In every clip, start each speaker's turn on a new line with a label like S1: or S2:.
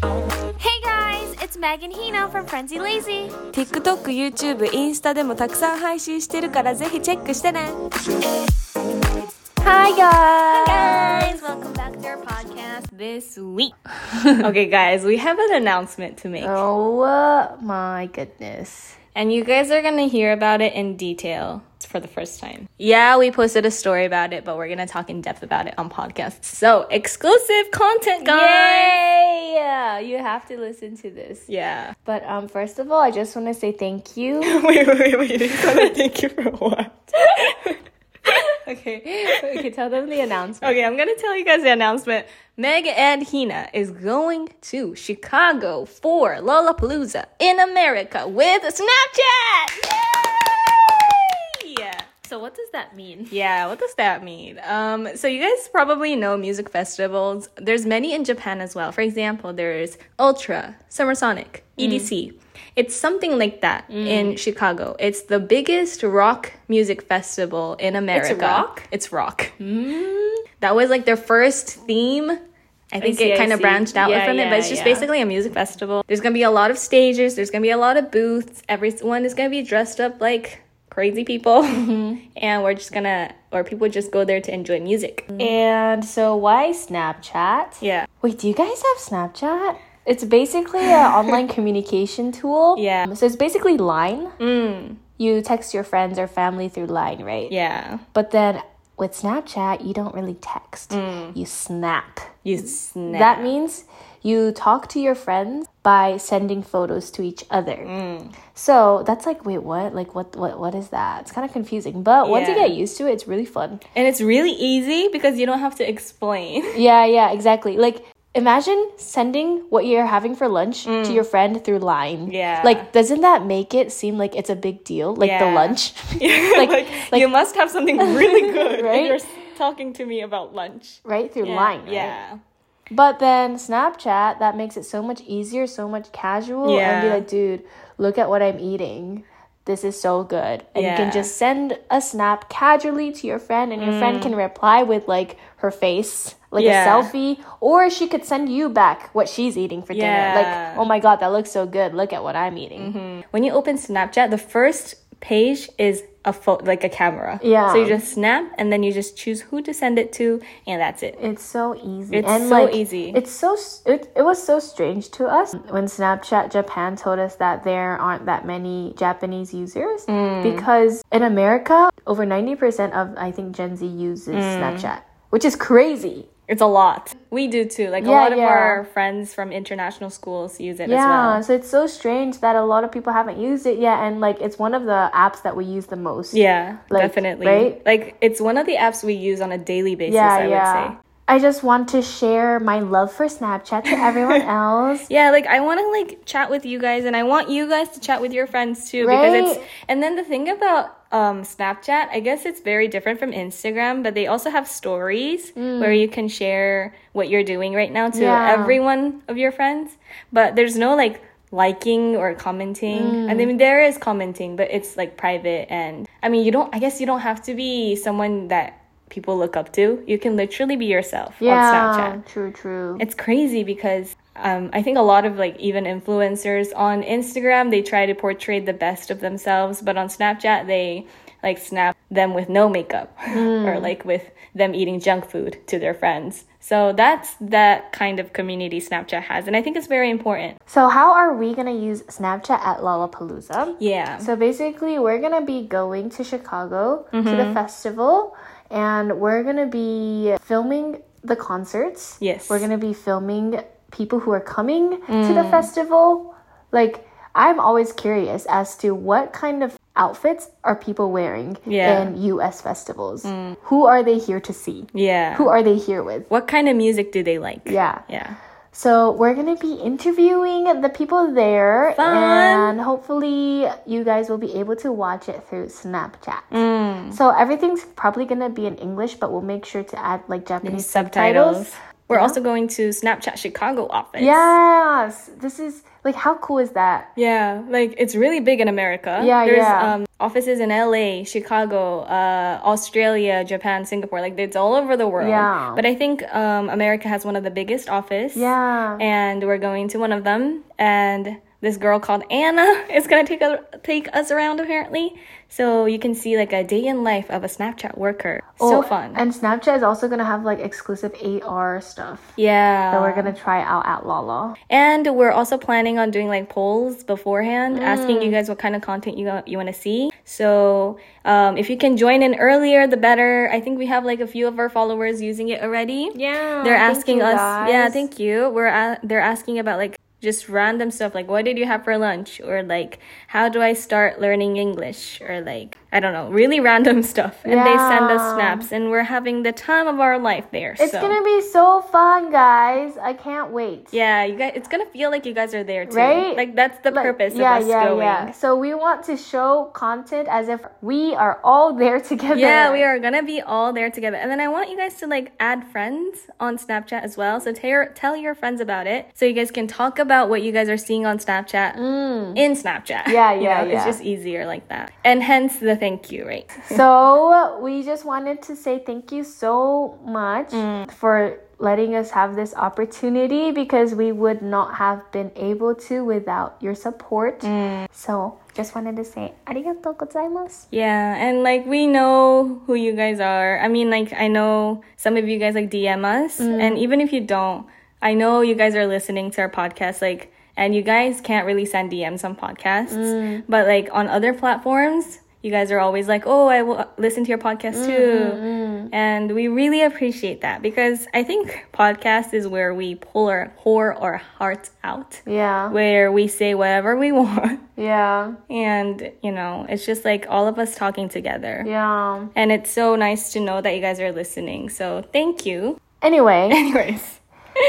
S1: Hey guys, it's Meg and Hino from Frenzy Lazy.
S2: TikTok、YouTube、インスタでもたくさん配信してるからぜひチェックしてね
S1: Hi guys. guys, welcome back to our podcast this week.
S2: Okay guys, we have an announcement to make
S1: Oh my goodness.
S2: and you guys are gonna hear about it in detail for the first time Yeah, we posted a story about it but we're gonna talk in depth about it on podcast So, exclusive content guys!
S1: Yay! You have to listen to this.
S2: Yeah
S1: But um, first of all, I just want to say thank you.
S2: Wait, wait, wait, wait, thank you for what? okay
S1: okay, tell them the announcement.
S2: Okay, I'm gonna tell you guys the announcement. Meg and Hina is going to Chicago for Lollapalooza in America with Snapchat. Yay!
S1: So what does that mean?
S2: Yeah, what does that mean? Um, so you guys probably know music festivals. There's many in Japan as well. For example, there's Ultra, Summer Sonic,
S1: Mm.
S2: EDC. It's something like that in Chicago. It's the biggest rock music festival in America.
S1: rock?
S2: It's rock. That was like their first theme. I think
S1: see, I
S2: it kind of
S1: see.
S2: branched out
S1: Yeah,
S2: from it,
S1: yeah,
S2: but it's just
S1: yeah.
S2: basically a music festival. There's gonna be a lot of stages. There's gonna be a lot of booths. Everyone is gonna be dressed up like crazy people,
S1: Mm-hmm.
S2: and we're just gonna or people just go there to enjoy music.
S1: And so why Snapchat?
S2: Yeah,
S1: Wait, do you guys have Snapchat? It's basically an online communication tool.
S2: Yeah. Mm.
S1: Um, So it's basically Line. You text your friends or family through Line, right?
S2: yeah.
S1: But then with Snapchat, you don't really text. You snap.
S2: You Mm. snap.
S1: That means you talk to your friends by sending photos to each other.
S2: Mm.
S1: So that's like, wait, what? Like, what? What? What is that? It's kind of confusing. But once you
S2: Yeah.
S1: get used to it, it's really fun.
S2: and it's really easy because you don't have to explain.
S1: Yeah, yeah, exactly. Like imagine sending what you're having for lunch to your friend through Line.
S2: Mm. Yeah.
S1: Like doesn't that make it seem like it's a big deal? Like the
S2: Yeah.
S1: lunch?
S2: like,
S1: like-
S2: you must have something really good.
S1: Right?
S2: right? You're s- talking to me about lunch.
S1: right through Line. right?
S2: Yeah.
S1: But then Snapchat, that makes it so much easier, so much casual and be
S2: Yeah.
S1: like, dude, look at what I'm eating. This is so good. And you can
S2: Yeah.
S1: just send a snap casually to your friend and your friend can reply with like her face, like
S2: Mm. Yeah.
S1: a selfie, or she could send you back what she's eating for dinner.
S2: Yeah. Mm-hmm.
S1: Like, oh my god, that looks so good. Look at what I'm eating.
S2: When you open Snapchat, the first page is a photo, like a camera.
S1: Yeah.
S2: So you just snap, and then you just choose who to send it to, and that's it.
S1: It's so easy.
S2: It's
S1: and
S2: so
S1: like,
S2: easy.
S1: It's so s- it, it was so strange to us when Snapchat Japan told us that there aren't that many Japanese users
S2: Mm.
S1: because in America over 90% of I think Gen Z uses
S2: Mm.
S1: Snapchat, which is crazy.
S2: It's a lot. We do too. Like a
S1: Yeah,
S2: lot of
S1: yeah.
S2: our friends from international schools use it
S1: Yeah,
S2: as well.
S1: so it's so strange that a lot of people haven't used it yet and like it's one of the apps that we use the most.
S2: Yeah,
S1: Like,
S2: definitely.
S1: right?
S2: Like it's one of the apps we use on a daily basis. I would say.
S1: I just want to share my love for Snapchat to everyone else.
S2: Yeah, like I want to like chat with you guys, and I want you guys to chat with your friends too, because
S1: Right?
S2: it's. And then the thing about um, Snapchat, I guess it's very different from Instagram, but they also have stories where you can share what you're doing right now to
S1: Mm. Yeah.
S2: everyone of your friends. But there's no like liking or commenting.
S1: Mm.
S2: I mean, there is commenting, but it's like private, and I mean, you don't. I guess you don't have to be someone that people look up to. You can literally be yourself on Snapchat
S1: Yeah, true, true.
S2: it's crazy because um, I think a lot of like even influencers on Instagram they try to portray the best of themselves, but on Snapchat they like snap them with no makeup or
S1: Hmm.
S2: like with them eating junk food to their friends. So that's that kind of community Snapchat has, and I think it's very important.
S1: So, how are we going to use Snapchat at Lollapalooza?
S2: Yeah,
S1: So, basically, we're going to be going to Chicago to
S2: Mm-hmm.
S1: the festival and we're going to be filming the concerts.
S2: Yes. Mm.
S1: We're going to be filming people who are coming to the festival. Like, I'm always curious as to what kind of outfits are people wearing
S2: Yeah. Mm.
S1: in US festivals? Who are they here to see?
S2: yeah.
S1: Who are they here with?
S2: What kind of music do they like?
S1: Yeah.
S2: yeah.
S1: So we're gonna be interviewing the people there,
S2: Fun.
S1: and hopefully you guys will be able to watch it through Snapchat.
S2: Mm.
S1: So everything's probably gonna be in English, but we'll make sure to add like Japanese subtitles.
S2: subtitles. We're also going to Snapchat Chicago office.
S1: Yes. This is like how cool is that?
S2: Yeah, like it's really big in America.
S1: Yeah,
S2: There's
S1: yeah.
S2: um offices in LA, Chicago, uh Australia, Japan, Singapore. Like it's all over the world.
S1: Yeah.
S2: But I think um America has one of the biggest office.
S1: Yeah.
S2: And we're going to one of them and this girl called Anna is going to take a, take us around apparently. So you can see like a day in life of a Snapchat worker. so
S1: Oh,
S2: fun.
S1: And Snapchat is also gonna have like exclusive AR stuff
S2: yeah.
S1: that we're gonna try out at Lala.
S2: And we're also planning on doing like polls beforehand,
S1: Mm.
S2: asking you guys what kind of content you you want to see. So um, if you can join in earlier, the better. I think we have like a few of our followers using it already.
S1: Yeah.
S2: they're asking us. Yeah, thank you. We're a- they're asking about like just random stuff like what did you have for lunch or like how do I start learning English or like I don't know, really random stuff. And they send us
S1: Yeah.
S2: snaps, and we're having the time of our life there.
S1: It's
S2: so.
S1: gonna be so fun, guys. I can't wait.
S2: Yeah, you guys, it's gonna feel like you guys are there too.
S1: Right?
S2: Like that's the
S1: Like,
S2: purpose
S1: yeah,
S2: of us
S1: yeah,
S2: going.
S1: yeah.
S2: Yeah.
S1: So we want to show content as if we are all there together.
S2: we are gonna be all there together. And then I want you guys to like add friends on Snapchat as well. So tell tell your friends about it, so you guys can talk about what you guys are seeing on Snapchat in Snapchat.
S1: Mm. Yeah,
S2: You
S1: yeah,
S2: know, It's
S1: yeah.
S2: just easier like that, and hence the thank you, right?
S1: so we just wanted to say thank you so much
S2: Mm.
S1: for letting us have this opportunity because we would not have been able to without your support.
S2: Mm.
S1: So just wanted to say arigatou gozaimasu.
S2: Yeah, and like we know who you guys are. I mean, like I know some of you guys like DM us, and even if you don't, I know you guys are listening to our podcast. Like, and you guys can't really send DMs on podcasts, but like on other platforms, you guys are always like, "Oh, I will listen to your podcast too," and we really appreciate that because I think podcast is where we pull our pour our hearts out,
S1: Yeah.
S2: where we say whatever we want.
S1: Yeah.
S2: And, you know, it's just like all of us talking together.
S1: Yeah.
S2: And it's so nice to know that you guys are listening. So thank you.
S1: Anyway,
S2: Anyways,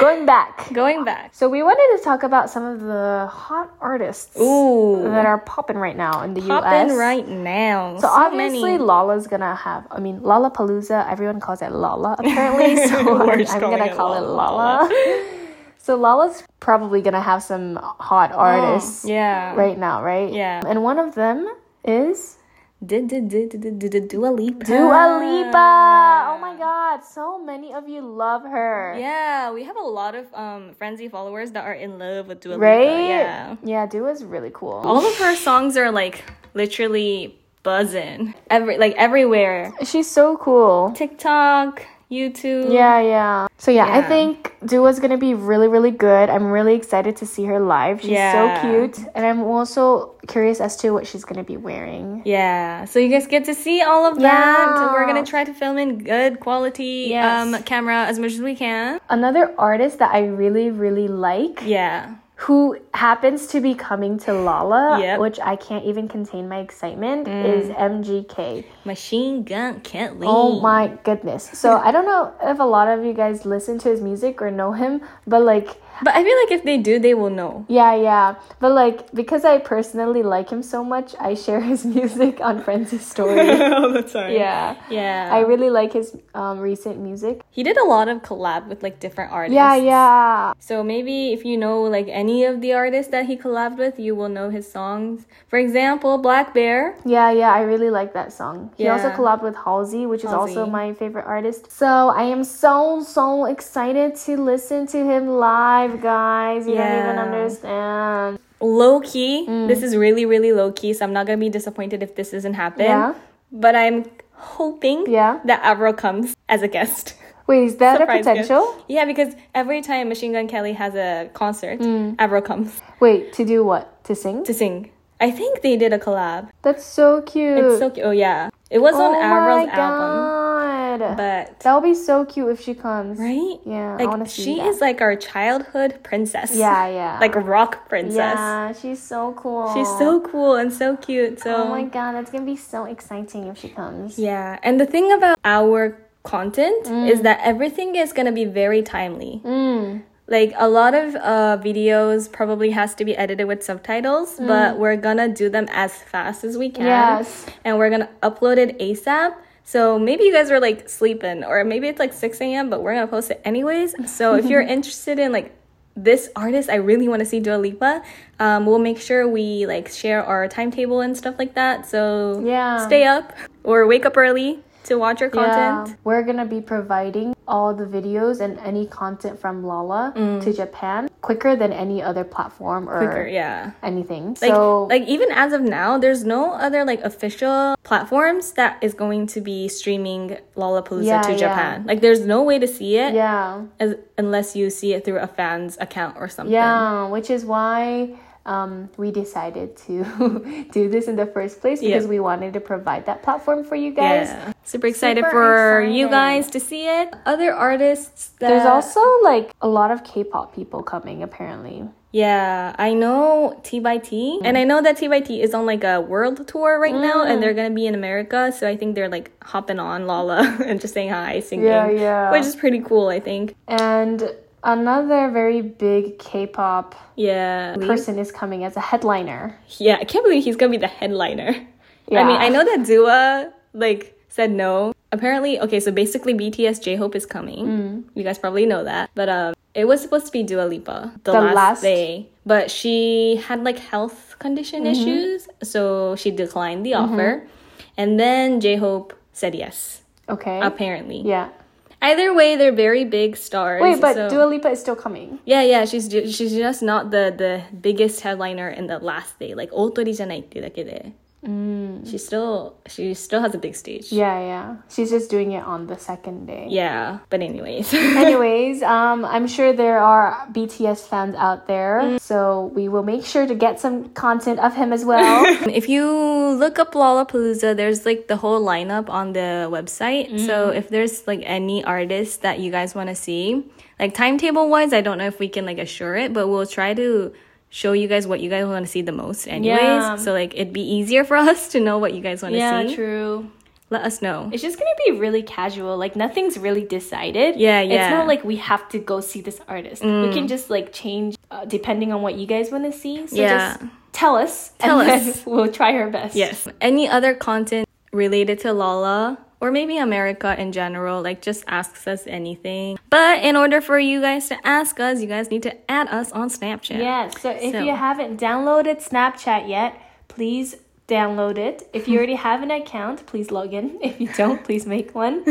S1: going back.
S2: going back.
S1: So we wanted to talk about some of the hot artists
S2: Ooh.
S1: that are popping right now in the US.
S2: Popping right now.
S1: So, obviously,
S2: many.
S1: Lala's gonna have. I mean, Lollapalooza. Everyone calls it Lala apparently. So
S2: We're
S1: I'm,
S2: just
S1: I'm
S2: calling
S1: gonna
S2: it
S1: call it
S2: Lala.
S1: Lala. so Lala's probably gonna have some hot artists
S2: Oh, Yeah.
S1: right now, right?
S2: Yeah.
S1: And one of them is
S2: Did did did did did did Dua Lipa.
S1: Dua Lipa. Oh my God! So many of you love her.
S2: Yeah, we have a lot of um frenzy followers that are in love with Dua Lipa.
S1: Right?
S2: Yeah.
S1: Yeah, Dua's really cool.
S2: All of her songs are like literally buzzing. Every like everywhere.
S1: She's so cool.
S2: TikTok, YouTube.
S1: Yeah, yeah. So yeah, I
S2: Yeah.
S1: think Dua's gonna be really, really good. I'm really excited to see her live. She's
S2: Yeah.
S1: so cute, and I'm also curious as to what she's gonna be wearing.
S2: Yeah, so you guys get to see all of that.
S1: Yeah.
S2: We're gonna try to film in good quality
S1: Yes.
S2: um, camera as much as we can.
S1: Another artist that I really, really like,
S2: Yeah,
S1: who happens to be coming to Lala,
S2: Yep. Mm.
S1: which I can't even contain my excitement, is MGK.
S2: Machine Gun Kelly.
S1: Oh my goodness! So I don't know if a lot of you guys listen to his music or know him, but like
S2: But I feel like if they do, they will know.
S1: Yeah, yeah. But like because I personally like him so much, I share his music on Friends' Story.
S2: oh, that's right. Yeah,
S1: yeah.
S2: yeah.
S1: I really like his um, recent music.
S2: he did a lot of collab with like different artists.
S1: Yeah, yeah.
S2: So maybe if you know like any of the artists that he collabed with, you will know his songs. For example, Black Bear.
S1: Yeah, yeah, I really like that song. He also
S2: Yeah.
S1: collabed with Halsey, which is also
S2: Halsey.
S1: my favorite artist. So I am so, so excited to listen to him live, guys. You don't even
S2: Yeah.
S1: understand.
S2: low key.
S1: Mm.
S2: This is really, really low key, so I'm not gonna be disappointed if this doesn't happen.
S1: Yeah.
S2: But I'm hoping
S1: Yeah.
S2: that Avril comes as a guest.
S1: Wait, is that
S2: Surprise
S1: a
S2: guest.
S1: potential?
S2: Yeah, because every time Machine Gun Kelly has a concert,
S1: Mm.
S2: Avril comes
S1: Wait, to do what? To sing?
S2: to sing. I think they did a collab.
S1: That's so cute.
S2: It's so cute. Oh yeah. It was on Avril's album.
S1: God.
S2: But
S1: That would be so cute if she comes.
S2: right?
S1: Yeah, I wanna
S2: Like
S1: see
S2: she
S1: that.
S2: is like our childhood princess.
S1: Yeah, yeah.
S2: Like a rock princess.
S1: Yeah, she's so cool.
S2: She's so cool and so cute. So
S1: Oh my god, that's gonna be so exciting if she comes.
S2: Yeah, and the thing about our content
S1: Mm.
S2: is that everything is gonna be very timely. Like a lot of uh, videos probably has to be edited with subtitles, but we're gonna do them as fast as we can.
S1: Mm. Yes.
S2: and we're gonna upload it ASAP. So maybe you guys are like sleeping, or maybe it's like 6 a.m., but we're gonna post it anyways. So if you're interested in like this artist, I really want to see Dua Lipa, um, we'll make sure we like share our timetable and stuff like that. So
S1: Yeah.
S2: stay up or wake up early to watch our content.
S1: Yeah. We're gonna be providing all the videos and any content from Lala to Japan quicker than any other platform or
S2: Mm. Quicker, yeah.
S1: anything.
S2: Like,
S1: so
S2: like even as of now, there's no other like official platforms that is going to be streaming Lollapalooza
S1: Yeah,
S2: to
S1: yeah.
S2: Japan. Like there's no way to see it
S1: yeah,
S2: as, unless you see it through a fan's account or something.
S1: yeah, which is why um, we decided to do this in the first place because we wanted to provide that platform for you guys.
S2: Yeah. Super excited for
S1: Super
S2: you
S1: excited.
S2: guys to see it. Other artists that
S1: There's also like a lot of K-pop people coming apparently.
S2: Yeah, I know T by T. And I know that T by T is on like a world tour right now
S1: Mm.
S2: and they're gonna be in America. So I think they're like hopping on Lala and just saying hi, singing.
S1: Yeah, yeah.
S2: Which is pretty cool, I think.
S1: And another very big K-pop
S2: Yeah.
S1: person is coming as a headliner.
S2: Yeah, I can't believe he's gonna be the headliner. I
S1: Yeah.
S2: mean, I know that Dua like said no. Apparently, okay, so basically BTS J Hope is coming.
S1: Mm.
S2: You guys probably know that, but um, it was supposed to be Dua Lipa the,
S1: The
S2: last,
S1: last-
S2: day, but she had like health condition
S1: Mm-hmm.
S2: issues, so she declined the offer, and then J Hope said yes.
S1: Okay.
S2: Apparently,
S1: Yeah.
S2: either way, they're very big stars.
S1: Wait, but
S2: so-
S1: Dua Lipa is still coming.
S2: yeah, yeah, she's ju- she's just not the the biggest headliner in the last day. Like 大鳥じゃないってだけで. She still she still has a big stage.
S1: Yeah, yeah. She's just doing it on the second day.
S2: Yeah, but anyways.
S1: Anyways, um, I'm sure there are BTS fans out there,
S2: Mm.
S1: so we will make sure to get some content of him as well.
S2: if you look up Lollapalooza, there's like the whole lineup on the website. So if there's like any artist that you guys want to see, like timetable wise, I don't know if we can like assure it, but we'll try to show you guys what you guys want to see the most anyways.
S1: Yeah.
S2: So like it'd be easier for us to know what you guys want to see.
S3: true.
S2: Let us know.
S3: It's just gonna be really casual. Like nothing's really decided.
S2: Yeah, yeah. Mm.
S3: It's not like we have to go see this artist. We can just like change uh, depending on what you guys want to see. So
S2: Yeah.
S3: just tell us.
S2: Tell
S3: and
S2: us.
S3: Then we'll try our best.
S2: Yes. Any other content related to Lala or maybe America in general, like just asks us anything. But in order for you guys to ask us, you guys need to add us on Snapchat.
S3: Yeah. So if
S2: So-
S3: you haven't downloaded Snapchat yet, please download it. If you already have an account, please log in. If you don't, please make one.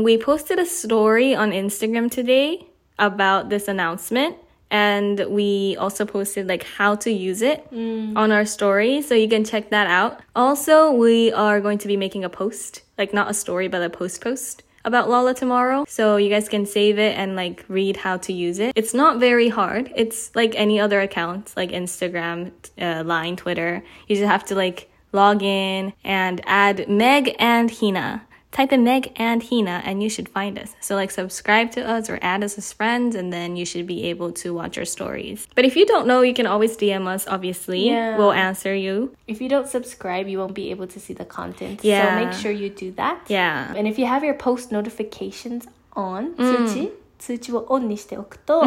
S2: We posted a story on Instagram today about this announcement. And we also posted like how to use it on our story, so you can check that out. Also, we are going to be making a post, like not a story, but a post post about Lala tomorrow. So you guys can save it and like read how to use it. It's not very hard. It's like any other account, like Instagram, uh, Line, Twitter. You just have to like log in and add Meg and Hina. Type in Meg and Hina and you should find us. So like subscribe to us or add us as friends and then you should be able to watch our stories. But if you don't know, you can always DM us obviously.
S3: Yeah.
S2: We'll answer you.
S3: if you don't subscribe, you won't be able to see the content.
S2: Yeah.
S3: So make sure you do that.
S2: Yeah.
S3: And if you have your post notifications on、通
S2: Mm.
S3: 知通知をオンにしておく と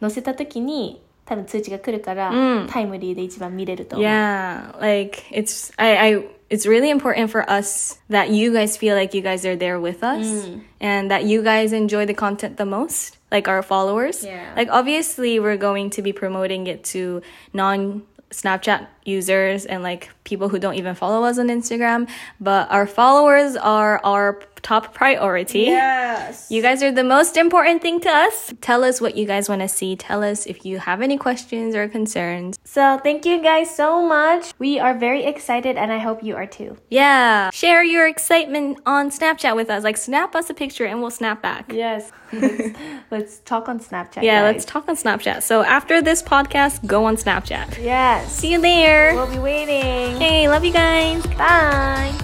S3: 載せた時に多分通知が来るから、タイムリーで一番見れると思う。
S2: Yeah, like it's I, I it's really important for us that you guys feel like you guys are there with us
S3: Mm.
S2: and that you guys enjoy the content the most, like our followers.
S3: Yeah.
S2: Like obviously we're going to be promoting it to non Snapchat users and like people who don't even follow us on Instagram, but our followers are our top priority.
S3: Yes.
S2: You guys are the most important thing to us. Tell us what you guys want to see. Tell us if you have any questions or concerns.
S3: So thank you guys so much. We are very excited and I hope you are too.
S2: Yeah. Share your excitement on Snapchat with us. Like, snap us a picture and we'll snap back. Yeah,
S3: Yes. Let's, let's talk on Snapchat.
S2: let's talk on Snapchat. So, after this podcast, go on Snapchat.
S3: Yes.
S2: See you there.
S3: We'll be waiting.
S2: Hey, love you guys.
S3: Bye.